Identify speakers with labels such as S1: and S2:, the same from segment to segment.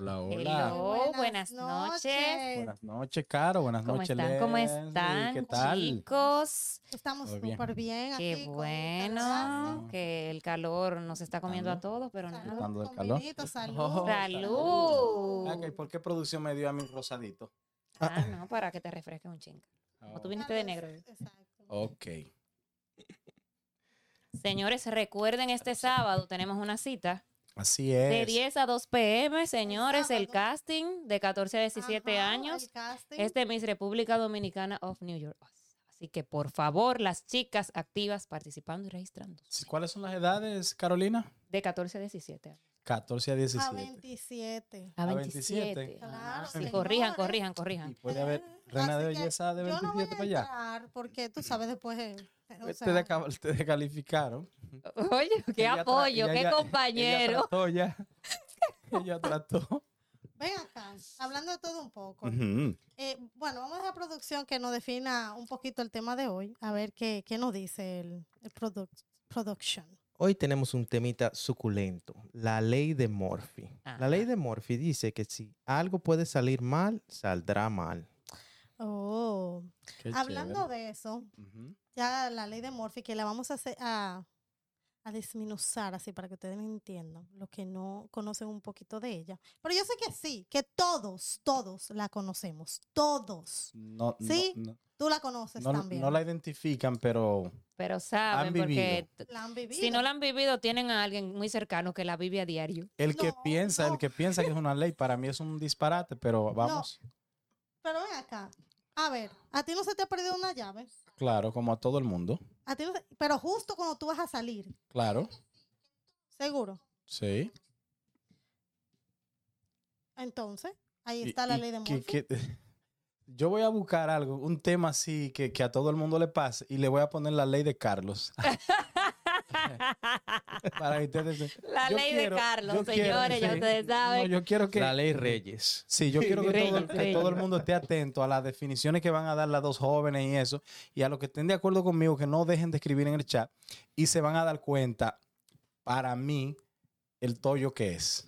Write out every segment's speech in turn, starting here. S1: Hola, hola.
S2: Hello,
S3: Buenas
S2: Oh, buenas noches.
S1: Buenas noches, Caro. Buenas
S2: ¿Cómo
S1: noches,
S2: están? ¿Cómo
S1: Leslie.
S2: están,
S1: ¿Qué tal?
S2: chicos?
S3: Estamos
S1: Muy bien.
S3: súper bien.
S2: Qué
S3: aquí con
S2: bueno,
S3: calorcito,
S2: que el calor nos está comiendo a
S1: Calor.
S2: todos, pero nada.
S1: Disfrutando del
S3: con
S1: calor.
S3: vinito, salud.
S4: Oh,
S2: ¡Salud!
S1: Ah, que ¿Por qué producción me dio a mí un rosadito?
S2: Ah, no, para que te refresques un chingo.
S1: Ah,
S2: tú viniste de negro. Oh.
S3: Exacto.
S1: ok.
S2: Señores, recuerden este sábado tenemos una cita
S1: Así
S2: de
S1: es.
S2: 10 a 2 p.m. Señores, el
S3: sábado.
S2: casting de 14 a 17
S3: Ajá,
S2: años Este
S3: el casting.
S2: es de Miss República Dominicana of New York. Así que por favor, las chicas activas participando y registrándose.
S1: ¿Cuáles son las edades, Carolina?
S2: De 14 a 17 años.
S1: 14 a
S3: a
S1: 17.
S3: 27.
S2: A
S1: A
S2: 27.
S1: 27.
S2: Ah,
S3: Claro,
S2: sí, corrijan,
S3: señores.
S2: corrijan,
S1: Y
S2: corrijan.
S1: puede haber
S3: Eh,
S1: reina
S3: así
S1: de
S3: que
S1: belleza de
S3: Yo
S1: 27
S3: no voy a
S1: para allá.
S3: entrar porque tú sabes después. eh, o
S1: te,
S3: sea,
S1: deca- te descalificaron.
S2: Oye, qué
S1: Ella tra-
S2: apoyo,
S1: ella-
S2: qué
S1: ella- Ella
S2: compañero.
S1: trató ya. Ella trató.
S3: ven acá, hablando de todo un poco.
S1: Ujú.
S3: Eh, bueno, vamos a la producción que nos defina un poquito el tema de hoy. A ver qué, qué nos dice el, el produc- production.
S4: Hoy tenemos un temita suculento, la ley de Murphy. La ley
S2: Ajá.
S4: de Murphy dice que si algo puede salir mal, saldrá mal.
S3: Oh,
S1: Qué
S3: hablando
S1: chévere.
S3: de eso,
S1: Ujú.
S3: ya la ley de Morphy, que la vamos a hacer a, a desmenuzar así para que ustedes me entiendan, los que no conocen un poquito de ella. Pero yo sé que sí, que todos, todos la conocemos, todos.
S1: No, no-
S3: Sí,
S1: no,
S3: Tú la conoces
S1: no-
S3: también.
S1: no la identifican, pero
S2: Pero saben, porque t-
S3: La han vivido.
S2: si no la han vivido, tienen a alguien muy cercano que la vive a diario.
S1: El que
S3: No,
S1: piensa,
S3: no.
S1: el que piensa que es una ley, para mí es un disparate, pero vamos,
S3: Pero ven acá. A ver, a ti no se te ha perdido una llave.
S1: claro, como a todo el mundo,
S3: A ti no se- pero justo cuando tú vas a salir,
S1: claro,
S3: seguro.
S1: sí.
S3: Entonces, ahí
S1: Y-
S3: está la
S1: y
S3: ley de
S1: que-
S3: Morphy.
S1: que- yo voy a buscar algo, un tema así que, que a todo el mundo le pase y le voy a poner la ley de Carlos. para que ustedes se-
S2: La
S1: Yo
S2: ley
S1: quiero-
S2: de Carlos,
S1: yo quiero,
S2: señores, ya
S1: sí.
S2: ustedes saben.
S1: No, yo quiero que...
S4: ley Reyes.
S1: Sí, yo quiero que,
S2: Rey,
S1: todo, el- que
S2: rey.
S1: todo el mundo esté atento a las definiciones que van a dar las dos jóvenes y eso. Y a los que estén de acuerdo conmigo, que no dejen de escribir en el chat y se van a dar cuenta, para mí, el tollo que es.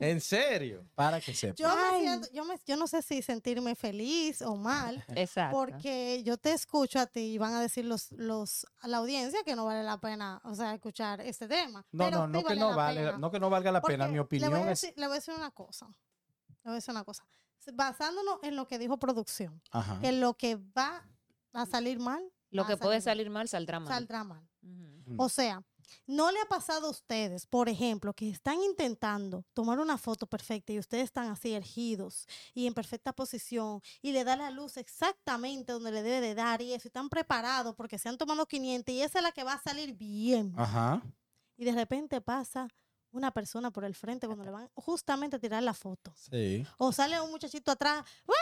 S4: ¿En serio?
S1: Para que sepan.
S3: Yo, me
S2: Ay.
S3: siento- yo, me- yo no sé si sentirme feliz o mal,
S2: Exacto.
S3: porque yo te escucho a ti y van a decir los, los, a la audiencia que no vale la pena, o sea, escuchar este tema.
S1: No,
S3: Pero
S1: no, no que
S3: sí vale
S1: no,
S3: la
S1: vale,
S3: pena,
S1: no que no valga la
S3: porque
S1: pena. Mi
S3: le voy,
S1: opinión
S3: a
S1: es...
S3: decir, le voy a decir una cosa. Le voy a decir una cosa. Basándonos en lo que dijo producción,
S1: Ajá.
S3: que lo que va a salir mal,
S2: Lo
S3: va a
S2: que puede
S3: salir
S2: salir mal saldrá mal.
S3: saldrá mal.
S2: Ujú.
S1: Mm.
S3: O sea, ¿no le ha pasado a ustedes, por ejemplo, que están intentando tomar una foto perfecta y ustedes están así ergidos y en perfecta posición y le da la luz exactamente donde le debe de dar y eso, y están preparados porque se han tomado 500 y esa es la que va a salir bien?
S1: Ajá.
S3: Y de repente pasa una persona por el frente cuando le van justamente a tirar la foto.
S1: Sí.
S3: O sale un muchachito atrás. ¡guau!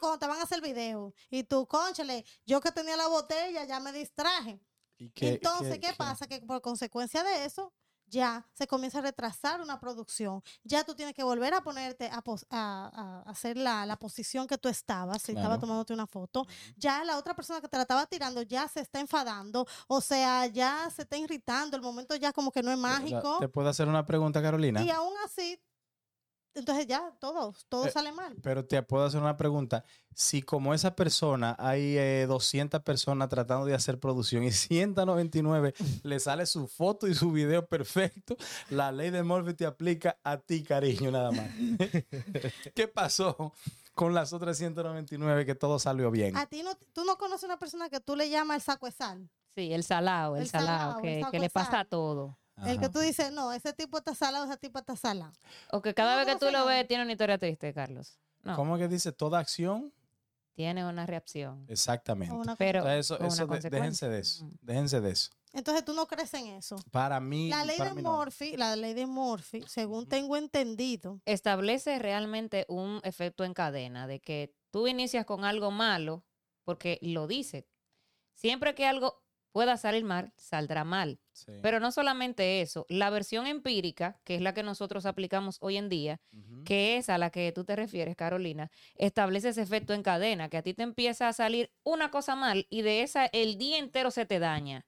S3: Cuando te van a hacer video y tú, conchale, yo que tenía la botella ya me distraje.
S1: ¿Y qué-
S3: Entonces,
S1: qué-
S3: ¿qué,
S1: qué?
S3: pasa? Que por consecuencia de eso, ya se comienza a retrasar una producción. Ya tú tienes que volver a ponerte a, pos- a- a- a hacer la, la posición que tú estabas, si estaba
S1: Claro.
S3: tomándote una foto. Ya la otra persona que te la estaba tirando ya se está enfadando, o sea, ya se está irritando, el momento ya como que no es mágico.
S1: ¿Te puedo hacer una pregunta, Carolina?
S3: Y aún así, entonces ya todo, todo
S1: Eh,
S3: sale mal.
S1: Pero te puedo hacer una pregunta. Si como esa persona hay eh, 200 personas tratando de hacer producción y 199 le sale su foto y su video perfecto, la ley de Murphy te aplica a ti, cariño, nada más. ¿Qué pasó con las otras 199 que todo salió bien?
S3: A ti no, tú no conoces una persona que tú le llamas el saco de sal.
S2: Sí, el salado, el,
S3: El
S2: salado,
S3: salao, el
S2: que,
S3: saco
S2: que le
S3: de
S2: pasa a
S3: sal.
S2: todo.
S3: El que
S1: Ajá.
S3: tú dices, no, ese tipo está salado, esa tipo está salada.
S2: O que cada
S3: No,
S2: vez que
S3: no
S2: tú
S3: sé
S2: lo
S3: nada.
S2: ves tiene una historia triste, Carlos. No,
S1: ¿Cómo que dice? Toda acción.
S2: tiene una reacción.
S1: Exactamente.
S3: o una cosa
S2: Pero
S1: O sea, eso,
S2: con una
S1: eso de- déjense
S2: consecuencia. Mm.
S1: de eso.
S2: Ujú.
S1: Déjense de eso.
S3: Entonces tú no crees en eso.
S1: Para mí.
S3: La ley
S1: para
S3: de
S1: mí no.
S3: Murphy, la ley de Murphy, según
S1: Ujú.
S3: tengo entendido,
S2: establece realmente un efecto en cadena de que tú inicias con algo malo porque lo dice. Siempre que algo pueda salir mal, saldrá mal.
S1: Sí.
S2: Pero no solamente eso, la versión empírica, que es la que nosotros aplicamos hoy en día,
S1: Ujú.
S2: que es a la que tú te refieres, Carolina, establece ese efecto en cadena, que a ti te empieza a salir una cosa mal y de esa el día entero se te daña.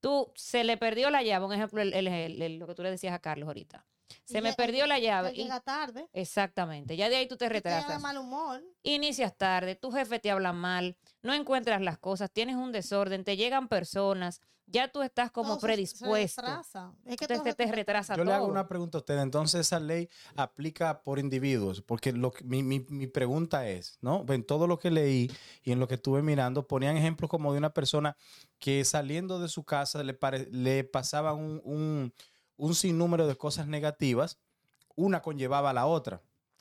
S2: Tú se le perdió la llave, un ejemplo, el- el- el- el- lo que tú le decías a Carlos ahorita. Se
S3: Y
S2: me
S3: ya-
S2: perdió la
S3: ya
S2: llave. y-
S3: pues Llega tarde.
S2: exactamente, ya de ahí tú te
S3: y te da de
S2: retrasas.
S3: mal humor.
S2: Inicias tarde, tu jefe te habla mal, no encuentras las cosas, tienes un desorden, te llegan personas, ya tú estás como
S3: todo se- se
S2: predispuesto.
S3: retrasa. Es que
S2: Entonces
S3: todo
S2: te,
S3: se-
S2: te retrasa
S1: Yo
S2: todo.
S1: le hago una pregunta a usted. Entonces, esa ley aplica por individuos, porque lo que- mi, mi- mi pregunta es, ¿no? En todo lo que leí y en lo que estuve mirando, ponían ejemplos como de una persona que saliendo de su casa le, pare- le pasaban un, un- un sinnúmero de cosas negativas, una conllevaba a la otra.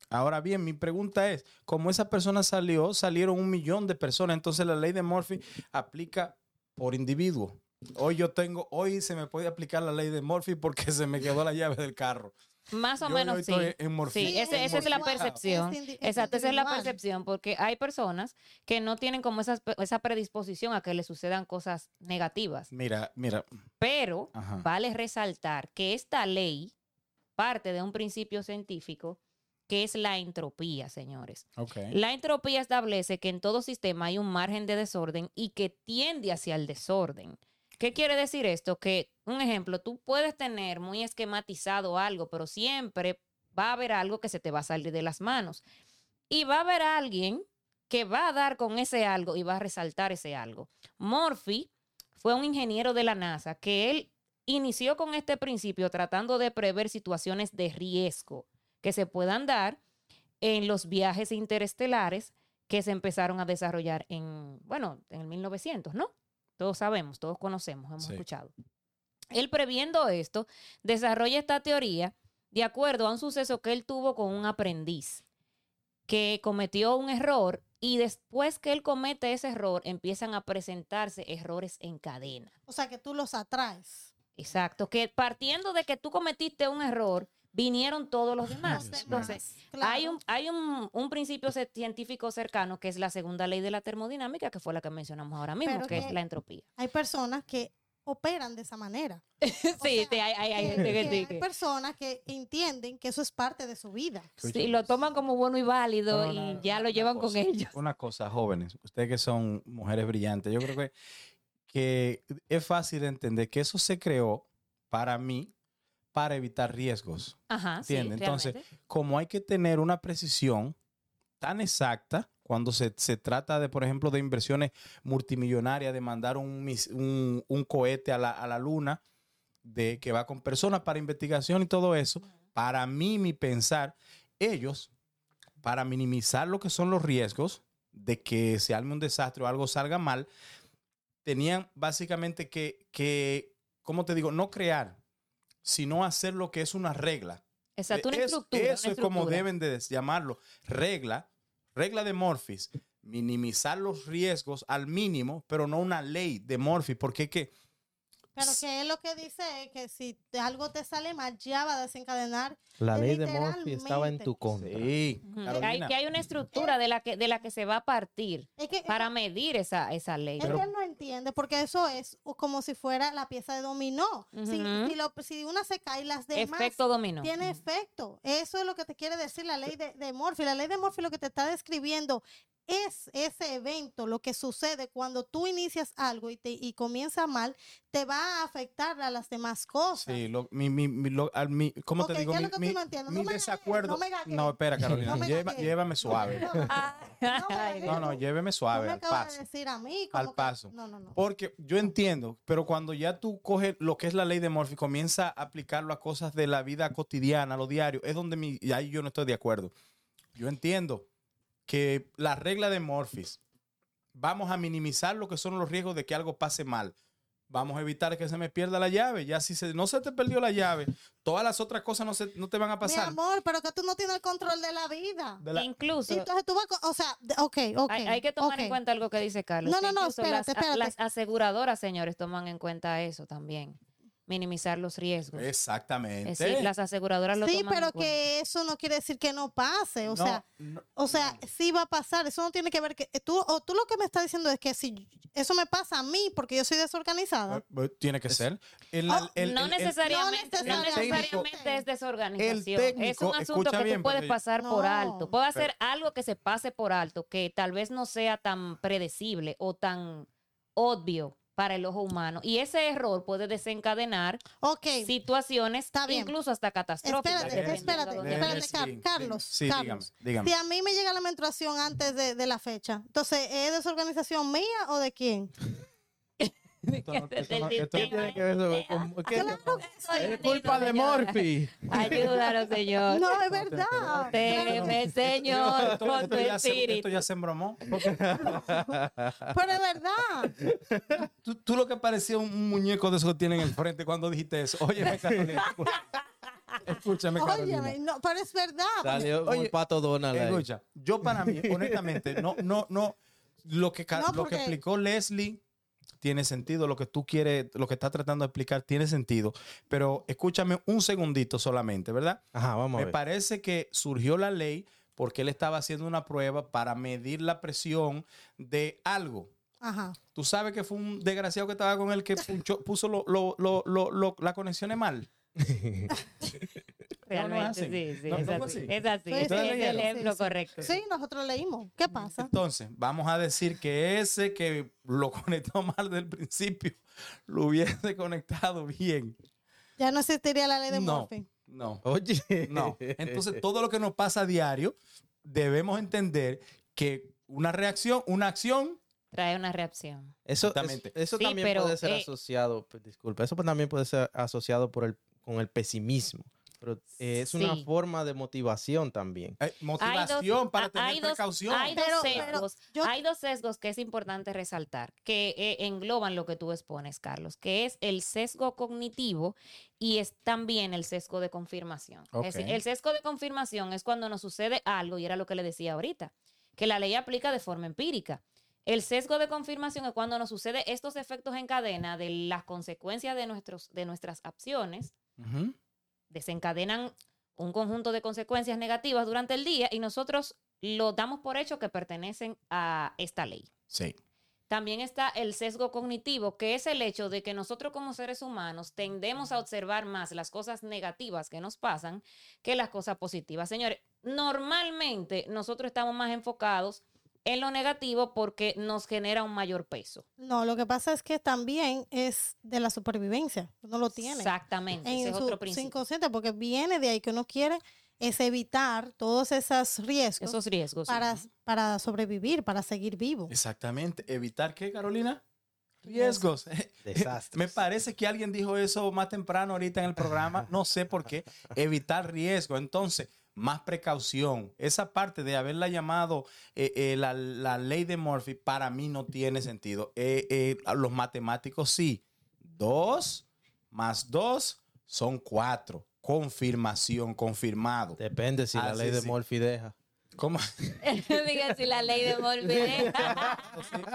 S1: Ahora bien, mi pregunta es, como esa persona salió, salieron un millón de personas, entonces la ley de Murphy aplica por individuo. Hoy yo tengo, hoy se me puede aplicar la ley de Murphy porque se me quedó la llave del carro.
S2: Más o
S1: Yo
S2: menos
S1: hoy
S2: sí.
S1: estoy en Murphy.
S2: Sí, ese- esa es la
S1: Morfina.
S2: percepción.
S3: Es indi- es
S2: Exacto, esa es la
S3: individual.
S2: percepción, porque hay personas que no tienen como esas pe- esa predisposición a que les sucedan cosas negativas.
S1: Mira, mira.
S2: Pero
S1: Ajá.
S2: vale resaltar que esta ley parte de un principio científico que es la entropía, señores.
S1: Ok.
S2: La entropía establece que en todo sistema hay un margen de desorden y que tiende hacia el desorden. ¿Qué quiere decir esto? Que, un ejemplo, tú puedes tener muy esquematizado algo, pero siempre va a haber algo que se te va a salir de las manos. Y va a haber alguien que va a dar con ese algo y va a resaltar ese algo. Murphy fue un ingeniero de la NASA que él inició con este principio tratando de prever situaciones de riesgo que se puedan dar en los viajes interestelares que se empezaron a desarrollar en, bueno, en el 1900, ¿no? Todos sabemos, todos conocemos, hemos
S1: Sí.
S2: escuchado. Él previendo esto, desarrolla esta teoría de acuerdo a un suceso que él tuvo con un aprendiz que cometió un error y después que él comete ese error empiezan a presentarse errores en cadena.
S3: O sea, que tú los atraes.
S2: Exacto, que partiendo de que tú cometiste un error, vinieron todos los demás.
S1: Dios mío.
S2: Entonces,
S3: Claro.
S2: hay, un, hay un, un principio ce- científico cercano que es la segunda ley de la termodinámica, que fue la que mencionamos ahora mismo,
S3: Pero
S2: que es
S3: que-
S2: la entropía.
S3: Hay personas que operan de esa manera.
S2: Sí,
S3: sea,
S2: sí, hay, hay- hay
S3: Que-
S2: gente que,
S3: que
S2: sí,
S3: hay
S2: que-
S3: personas que entienden que eso es parte de su vida.
S2: sí, lo toman como bueno y válido
S1: No, no,
S2: y
S1: no,
S2: ya
S1: una-
S2: lo
S1: una
S2: llevan con
S1: cosa,
S2: ellos.
S1: Una cosa, jóvenes, ustedes que son mujeres brillantes, yo creo que, que es fácil entender que eso se creó para mí para evitar riesgos.
S2: Ajá, sí,
S1: Entiende, entonces,
S2: realmente.
S1: como hay que tener una precisión tan exacta cuando se, se trata de, por ejemplo, de inversiones multimillonarias, de mandar un, mis- un, un cohete a la, a la luna, de que va con personas para investigación y todo eso, para mí, mi pensar, ellos, para minimizar lo que son los riesgos de que se arme un desastre o algo salga mal, tenían básicamente que, que ¿cómo te digo? No crear, sino hacer lo que es una regla.
S2: Exacto, una
S1: Eso-
S2: estructura.
S1: Eso Eh,
S2: una
S1: e-, es como
S2: estructura.
S1: deben de des- llamarlo. Regla, regla de Morphy. Minimizar los riesgos al mínimo, pero no una ley de Morphy, porque es que
S3: Pero que él lo que dice es que si te- algo te sale mal, ya va a desencadenar.
S4: La ley de Murphy estaba en
S3: Literalmente.
S4: tu contra.
S1: sí,
S2: Ujú. Hay,
S1: Carolina,
S2: que hay una estructura de la que, de la que se va a partir
S3: Es que,
S2: para medir esa, esa ley.
S3: es que él no entiende, porque eso es o como si fuera la pieza de dominó. Si-
S2: Ujú.
S3: si, lo- si una se cae, las demás
S2: Efecto dominó.
S3: tiene efecto. Eso es lo que te quiere decir la ley de, de Morphy. La ley de Morphy lo que te está describiendo es ese evento, lo que sucede cuando tú inicias algo y, te, y comienza mal, te va a afectar a las demás cosas.
S1: sí, lo- mi, mi, mi- lo- al- mi- ¿cómo
S3: Ok,
S1: te digo?
S3: ¿qué es
S1: Mi,
S3: lo que tú
S1: mi-
S3: no entiendes?
S1: mi
S3: No me gaguees,
S1: desacuerdo.
S3: no me gaguees.
S1: espera, Carolina,
S3: No me
S1: lleva-
S3: gaguees.
S1: llévame suave.
S3: No, no,
S2: Ah,
S3: no.
S2: Ay,
S1: No, no, lléveme suave,
S3: no me
S1: al
S3: acabas
S1: paso.
S3: de decir a mí.
S1: Al
S3: como que-
S1: paso.
S3: No, no, no.
S1: Porque yo entiendo, pero cuando ya tú coges lo que es la ley de Murphy, comienza a aplicarlo a cosas de la vida cotidiana, a lo diario, es donde mi, y ahí yo no estoy de acuerdo. Yo entiendo que la regla de Murphy, vamos a minimizar lo que son los riesgos de que algo pase mal. Vamos a evitar que se me pierda la llave. Ya si se- no se te perdió la llave, todas las otras cosas no, se, no te van a
S3: Mi
S1: pasar.
S3: amor, pero que tú no tienes el control de la vida.
S1: De la-
S2: Incluso,
S3: Entonces tú vas, co- o sea, de- ok, ok.
S2: Hay, hay que tomar
S3: ok.
S2: en cuenta algo que dice Carlos.
S3: No,
S2: que
S3: no, no,
S2: incluso
S3: espérate,
S2: las, a-
S3: espérate.
S2: las aseguradoras, señores, toman en cuenta eso también. minimizar los riesgos.
S1: Exactamente.
S2: Es decir, las aseguradoras lo
S3: Sí,
S2: toman en
S3: pero
S2: cuenta.
S3: que eso no quiere decir que no pase. O
S1: No,
S3: sea,
S1: no,
S3: o sea, sí va a pasar. Eso no tiene que ver que eh, tú o tú lo que me estás diciendo es que si eso me pasa a mí porque yo soy desorganizada.
S1: eh, eh, tiene que ser. El-
S3: Oh,
S1: el-
S2: no
S1: el- el-
S2: necesariamente,
S3: el
S2: no
S1: técnico-
S2: necesariamente es desorganización.
S1: el
S2: es un
S1: técnico-
S2: asunto
S1: escucha
S2: que tú
S1: bien, porque
S2: puedes
S1: yo-
S2: pasar por alto.
S3: No.
S2: Puede hacer algo que se pase por alto, que tal vez no sea tan predecible o tan obvio para el ojo humano. Y ese error puede desencadenar
S3: Ok.
S2: situaciones,
S3: Está bien.
S2: incluso hasta catastróficas.
S3: Espérate,
S2: dependiendo
S3: espérate,
S2: de lo que-
S3: espérate.
S1: Dennis
S3: Car-
S1: Lin,
S3: Carlos,
S1: Sí,
S3: Carlos.
S1: dígame,
S3: Si
S1: dígame.
S3: a mí me llega la menstruación antes de, de la fecha, entonces, ¿es desorganización mía o de quién?
S1: Esto no- esto no- esto no tiene que-
S4: ver sobre- con- ¿qué-
S2: Ay,
S4: Es culpa ah, de
S2: señora.
S4: Morphy.
S2: Ayúdanos, señor.
S3: No,
S1: no tiene que
S3: es
S1: ver.
S3: verdad.
S2: Teme,
S1: Esto-
S2: señor,
S1: esto
S2: con tu
S1: ya se-
S2: espíritu.
S1: Esto ya se embromó.
S3: Pero es verdad.
S1: Tú, tú lo que parecía un muñeco de esos que tienen en el frente cuando dijiste eso. Óyeme, Carolina. Escúchame, Carolina.
S3: Óyeme, no, pero es verdad.
S4: Salió como el
S1: Oye,
S4: pato Donald. ahí.
S1: Escucha, yo para mí, honestamente, no, no, no. Lo que, ca-
S3: No,
S1: lo que
S3: porque-
S1: explicó Leslie tiene sentido. Lo que tú quieres, lo que está tratando de explicar tiene sentido. Pero escúchame un segundito solamente, ¿verdad?
S4: Ajá, vamos a
S1: Me
S4: ver.
S1: parece que surgió la ley porque él estaba haciendo una prueba para medir la presión de algo.
S3: Ajá.
S1: Tú sabes que fue un desgraciado que estaba con él que punchó- puso lo- lo- lo- lo- lo- las conexiones mal.
S2: Realmente,
S1: hacen.
S2: sí, sí,
S1: No,
S2: es,
S1: no lo
S2: así.
S1: hacen.
S2: es así.
S3: Sí,
S2: Ese
S1: sí,
S2: es
S1: sí,
S2: el
S3: sí,
S2: ejemplo
S3: sí.
S2: correcto.
S3: Sí, nosotros leímos. ¿Qué pasa?
S1: Entonces, vamos a decir que ese que lo conectó mal del principio lo hubiese conectado bien.
S3: Ya no existiría la ley de
S1: No.
S3: Murphy.
S1: No,
S4: Oye.
S1: no. Entonces, todo lo que nos pasa a diario, debemos entender que una reacción, una acción,
S2: Trae una reacción.
S4: Eso,
S1: Exactamente.
S4: es- eso
S2: Sí,
S4: también
S2: pero,
S4: puede ser
S2: eh,
S4: asociado, p- disculpa, eso también puede ser asociado por el, con el pesimismo. Pero eh, es una
S2: Sí.
S4: forma de motivación también.
S1: eh,
S2: Hay dos-
S1: motivación para
S2: a-
S1: tener
S2: hay dos-
S1: precaución.
S2: hay dos
S3: Pero- pero
S2: sesgos.
S3: yo-
S2: Hay dos sesgos que es importante resaltar, que eh, engloban lo que tú expones, Carlos, que es el sesgo cognitivo y es también el sesgo de confirmación. Es decir,
S1: Ok.
S2: el sesgo de confirmación es cuando nos sucede algo, y era lo que le decía ahorita, que la ley aplica de forma empírica. El sesgo de confirmación es cuando nos sucede estos efectos en cadena de las consecuencias de, nuestros, de nuestras acciones
S1: Ujú.
S2: desencadenan un conjunto de consecuencias negativas durante el día y nosotros lo damos por hecho que pertenecen a esta ley.
S1: Sí.
S2: También está el sesgo cognitivo, que es el hecho de que nosotros como seres humanos tendemos a observar más las cosas negativas que nos pasan que las cosas positivas. Señores, normalmente nosotros estamos más enfocados en lo negativo porque nos genera un mayor peso.
S3: No, lo que pasa es que también es de la supervivencia. Uno lo tiene.
S2: Exactamente, ese
S3: en
S2: es
S3: su
S2: otro principio.
S3: inconsciente, porque viene de ahí que uno quiere es evitar todos esos riesgos
S2: Esos riesgos. sí.
S3: para, para sobrevivir, para seguir vivo.
S1: Exactamente. ¿Evitar qué, Carolina? Riesgos.
S4: Desastres.
S1: Me parece que alguien dijo eso más temprano ahorita en el programa, no sé por qué, evitar riesgo. Entonces, más precaución. Esa parte de haberla llamado eh, eh, la, la ley de Murphy para mí no tiene sentido. Eh, eh, a los matemáticos sí. Dos más dos son cuatro. Confirmación, confirmado.
S4: Depende si
S1: Ah,
S4: la ley
S1: sí,
S4: de
S1: sí.
S4: Morphy deja.
S1: ¿Cómo?
S2: Diga si la ley de Morphy.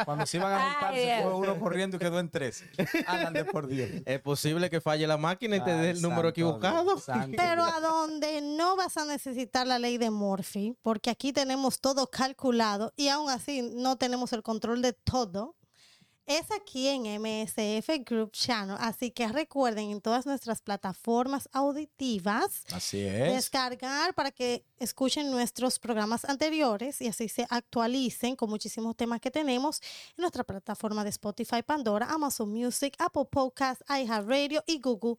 S1: Cuando se iban a juntar,
S2: Ay,
S1: se fue
S2: Dios.
S1: uno corriendo y quedó en tres. Ándale por Dios.
S4: Es posible que falle la máquina y te dé
S1: Ay,
S4: el número
S1: santo Dios,
S4: equivocado.
S1: santo
S3: Pero
S1: Dios.
S3: a donde no vas a necesitar la ley de Murphy, porque aquí tenemos todo calculado y aún así no tenemos el control de todo, es aquí en MSF Group Channel. Así que recuerden en todas nuestras plataformas auditivas
S1: Así es.
S3: descargar para que escuchen nuestros programas anteriores y así se actualicen con muchísimos temas que tenemos en nuestra plataforma de Spotify, Pandora, Amazon Music, Apple Podcast, iHeartRadio y Google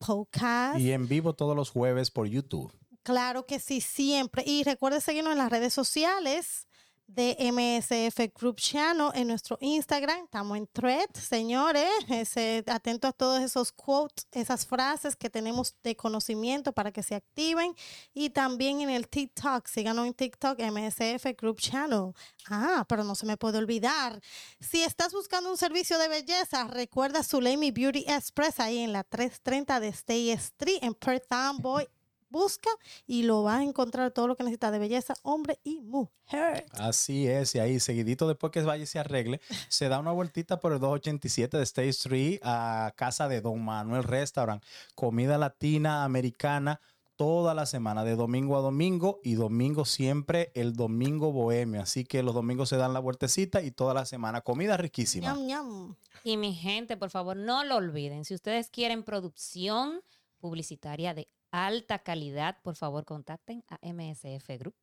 S3: Podcast.
S1: Y en vivo todos los jueves por YouTube.
S3: Claro que sí, siempre. Y recuerden seguirnos en las redes sociales de MSF Group Channel en nuestro Instagram. Estamos en thread, señores. Ese- atento a todos esos quotes, esas frases que tenemos de conocimiento para que se activen. Y también en el TikTok. Síganos en TikTok, MSF Group Channel. Ah, pero no se me puede olvidar. Si estás buscando un servicio de belleza, recuerda Zulemi Beauty Express ahí en la 330 de Stay Street en Perth Amboy busca y lo va a encontrar todo lo que necesita de belleza, hombre y mujer.
S1: Así es, y ahí seguidito después que vaya y se arregle, se da una vueltita por el 287 de State Street a casa de Don Manuel Restaurant. Comida latina, americana, toda la semana, de domingo a domingo y domingo siempre el domingo bohemio. Así que los domingos se dan la vueltecita y toda la semana comida riquísima.
S3: Ñam, ñam.
S2: Y mi gente, por favor, no lo olviden. Si ustedes quieren producción publicitaria de alta calidad, por favor, contacten a MSF Group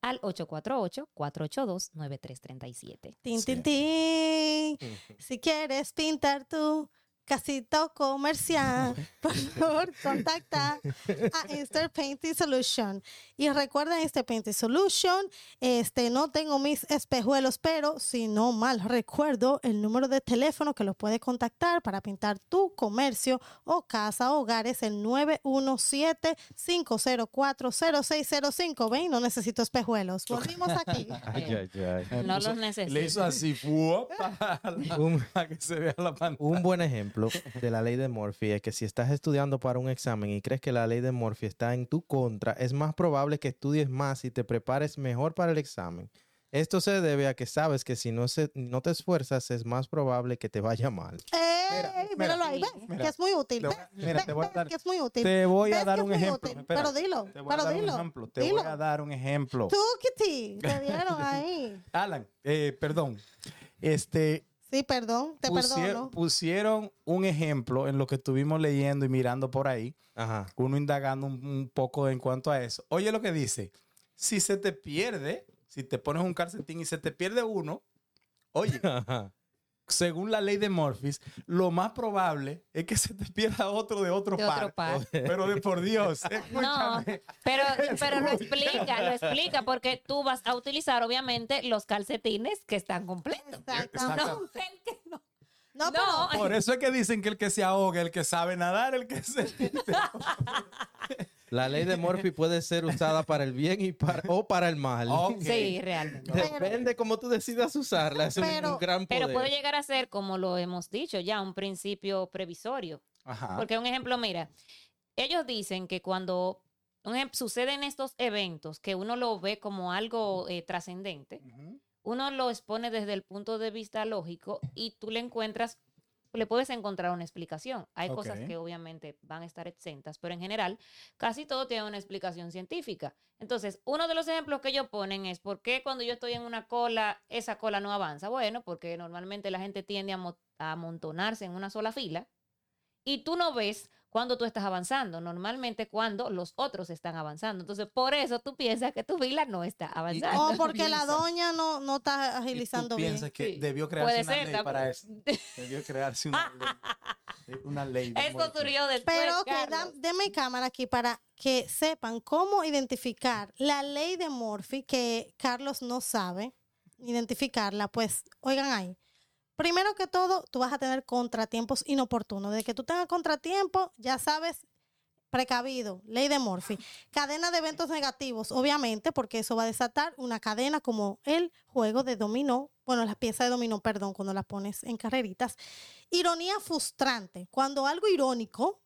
S2: al 848-482-9337.
S3: Tin,
S1: Sí.
S3: tin, tin. Si quieres pintar tu casito comercial, por favor, contacta a Easter Painting Solution. Y recuerda, Easter Painting Solution, este, no tengo mis espejuelos, pero si no mal recuerdo, el número de teléfono que los puedes contactar para pintar tu comercio o casa o hogar es el 917-504-0605. Ven, no necesito espejuelos. Volvimos aquí.
S4: Ay, ay, ay.
S2: No
S1: Puso-
S2: los necesito.
S1: Le hizo así, ¡fua! para la-
S4: Un,
S1: para que se vea la pantalla.
S4: un buen ejemplo de la ley de Murphy es que si estás estudiando para un examen y crees que la ley de Murphy está en tu contra, es más probable que estudies más y te prepares mejor para el examen. Esto se debe a que sabes que si no, se, no te esfuerzas es más probable que te vaya mal.
S3: ¡Ey!
S1: mira,
S3: míralo ahí,
S2: sí.
S3: ve,
S1: Mira,
S3: que es muy útil.
S1: Te voy-
S3: ve,
S1: mira,
S3: ve,
S1: te voy a
S3: ve,
S1: dar,
S3: que es muy útil.
S1: te voy a
S3: Ves
S1: dar
S3: que
S1: un
S3: es muy
S1: ejemplo.
S3: útil,
S1: Espera,
S3: pero dilo,
S1: te voy a
S3: pero
S1: dar un
S3: dilo,
S1: ejemplo, Te
S3: dilo.
S1: voy a dar un ejemplo.
S3: Tú, Kitty, te dieron ahí.
S1: Alan, eh, perdón. Este,
S3: Sí, perdón, te
S1: pusie-
S3: perdono.
S1: pusieron un ejemplo en lo que estuvimos leyendo y mirando por ahí,
S4: Ajá.
S1: uno indagando un, un poco en cuanto a eso. Oye lo que dice, si se te pierde, si te pones un calcetín y se te pierde uno, oye,
S4: Ajá.
S1: según la ley de Morphy, lo más probable es que se te pierda otro de otro
S2: De
S1: par.
S2: otro par.
S1: Pero de por Dios,
S2: No,
S1: escúchame.
S2: pero, pero lo explica, lo explica, porque tú vas a utilizar, obviamente, los calcetines que están completos.
S3: Exactamente.
S2: No,
S1: Exactamente.
S2: no,
S3: No,
S2: no,
S3: pero
S1: Por eso es que dicen que el que se ahoga, el que sabe nadar, el que se...
S4: La ley de Murphy puede ser usada para el bien y para, o para el mal.
S1: Ok.
S2: sí, realmente.
S4: Depende cómo tú decidas usarla. Es un,
S3: Pero-
S4: un gran poder.
S2: Pero puede llegar a ser, como lo hemos dicho ya, un principio previsorio.
S1: Ajá.
S2: Porque un ejemplo, mira, ellos dicen que cuando un ejem- suceden estos eventos, que uno lo ve como algo eh, trascendente,
S1: Ujú.
S2: uno lo expone desde el punto de vista lógico y tú le encuentras, le puedes encontrar una explicación. Hay cosas
S1: Ok.
S2: que obviamente van a estar exentas, pero en general casi todo tiene una explicación científica. Entonces, uno de los ejemplos que ellos ponen es por qué cuando yo estoy en una cola, esa cola no avanza. Bueno, porque normalmente la gente tiende a, mo- a amontonarse en una sola fila y tú no ves cuando tú estás avanzando, normalmente cuando los otros están avanzando. Entonces, por eso tú piensas que tu fila no está avanzando.
S3: o porque la
S1: piensa.
S3: doña no, no está
S1: Y
S3: agilizando
S1: tú piensas
S3: bien.
S1: que
S2: Sí.
S1: debió crearse
S2: Puede
S1: una
S2: ser
S1: ley
S2: también.
S1: para eso. Debió crearse una ley. Una ley. de
S2: Esto
S1: muerte.
S2: surgió después.
S3: Pero que
S2: Carlos.
S3: deme cámara aquí para que sepan cómo identificar la ley de Murphy que Carlos no sabe identificarla. Pues, oigan ahí. Primero que todo, tú vas a tener contratiempos inoportunos. De que tú tengas contratiempo, ya sabes, precavido, ley de Murphy. Cadena de eventos negativos, obviamente, porque eso va a desatar una cadena como el juego de dominó, bueno, las piezas de dominó, perdón, cuando las pones en carreritas. Ironía frustrante, cuando algo irónico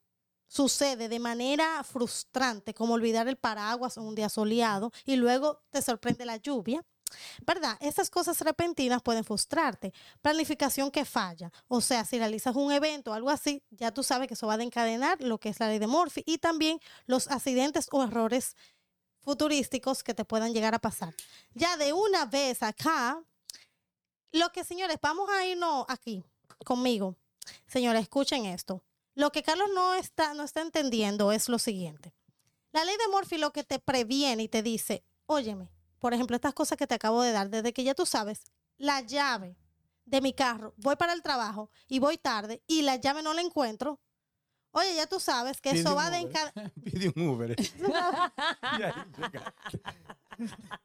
S3: sucede de manera frustrante, como olvidar el paraguas en un día soleado y luego te sorprende la lluvia. ¿Verdad? Estas cosas repentinas pueden frustrarte. Planificación que falla. O sea, si realizas un evento o algo así, ya tú sabes que eso va a desencadenar lo que es la ley de Murphy y también los accidentes o errores futurísticos que te puedan llegar a pasar. Ya de una vez acá, lo que señores, vamos a irnos aquí conmigo. Señores, escuchen esto. Lo que Carlos no está, no está entendiendo es lo siguiente. La ley de Murphy lo que te previene y te dice, óyeme, por ejemplo, estas cosas que te acabo de dar, desde que ya tú sabes, la llave de mi carro, voy para el trabajo y voy tarde y la llave no la encuentro. Oye, ya tú sabes que
S1: Pide
S3: eso
S1: un
S3: va a
S1: Uber.
S3: desencadenar...
S1: Pide un Uber. Y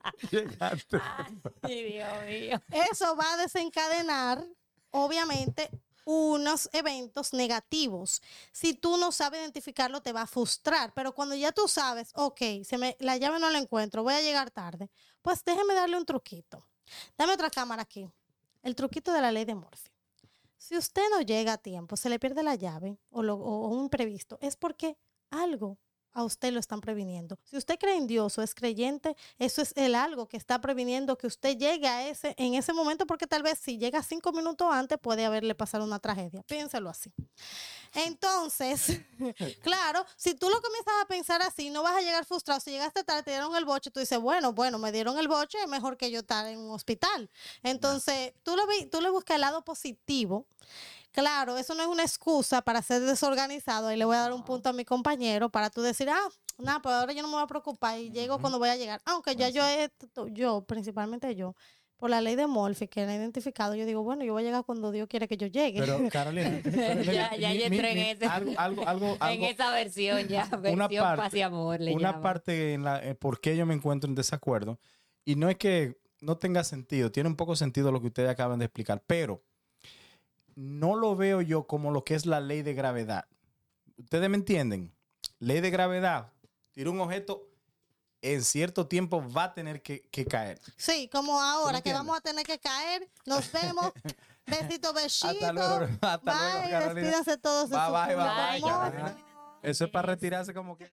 S1: ahí llegaste. Llegaste.
S2: Ay, Dios mío.
S3: eso va a desencadenar, obviamente, unos eventos negativos. Si tú no sabes identificarlo, te va a frustrar. Pero cuando ya tú sabes, ok, se me, la llave no la encuentro, voy a llegar tarde, pues déjeme darle un truquito. Dame otra cámara aquí. El truquito de la ley de Murphy. Si usted no llega a tiempo, se le pierde la llave o, lo- o- o un imprevisto, es porque algo a usted lo están previniendo. Si usted cree en Dios o es creyente, eso es el algo que está previniendo que usted llegue a ese, en ese momento, porque tal vez si llega cinco minutos antes puede haberle pasado una tragedia. Piénselo así. Entonces, claro, si tú lo comienzas a pensar así, no vas a llegar frustrado. Si llegaste tarde, te dieron el boche, tú dices, bueno, bueno, me dieron el boche, es mejor que yo estar en un hospital. Entonces, tú, lo vi- tú le buscas el lado positivo. Claro, eso no es una excusa para ser desorganizado. Ahí le voy a dar un
S2: No.
S3: punto a mi compañero para tú decir, ah, nada, pues ahora yo no me voy a preocupar y llego cuando voy a llegar. Aunque ya yo, he- yo, principalmente yo, por la ley de Murphy que la he identificado, yo digo, bueno, yo voy a llegar cuando Dios quiere que yo llegue.
S1: Pero, Carolina, Carolina,
S2: Ya- ya yo entré en ese-
S1: algo, algo, algo,
S2: En
S1: algo-
S2: esa versión ya, versión
S1: parte-
S2: paz y amor. le
S1: una
S2: llaman.
S1: parte en la eh, por qué yo me encuentro en desacuerdo y no es que no tenga sentido, tiene un poco sentido lo que ustedes acaban de explicar, pero no lo veo yo como lo que es la ley de gravedad. ¿Ustedes me entienden? Ley de gravedad, tira un objeto en cierto tiempo va a tener que, que caer.
S3: Sí, como ahora que
S1: entiendes?
S3: vamos a tener que caer, nos vemos. Besito, besito.
S1: Hasta luego, hasta luego,
S3: Bye,
S1: Carolina.
S3: despídanse todos de
S1: Bye,
S3: su
S1: bye, bye,
S3: público
S2: Ay,
S1: bye,
S3: hermoso.
S1: Carolina. Eso es para retirarse como que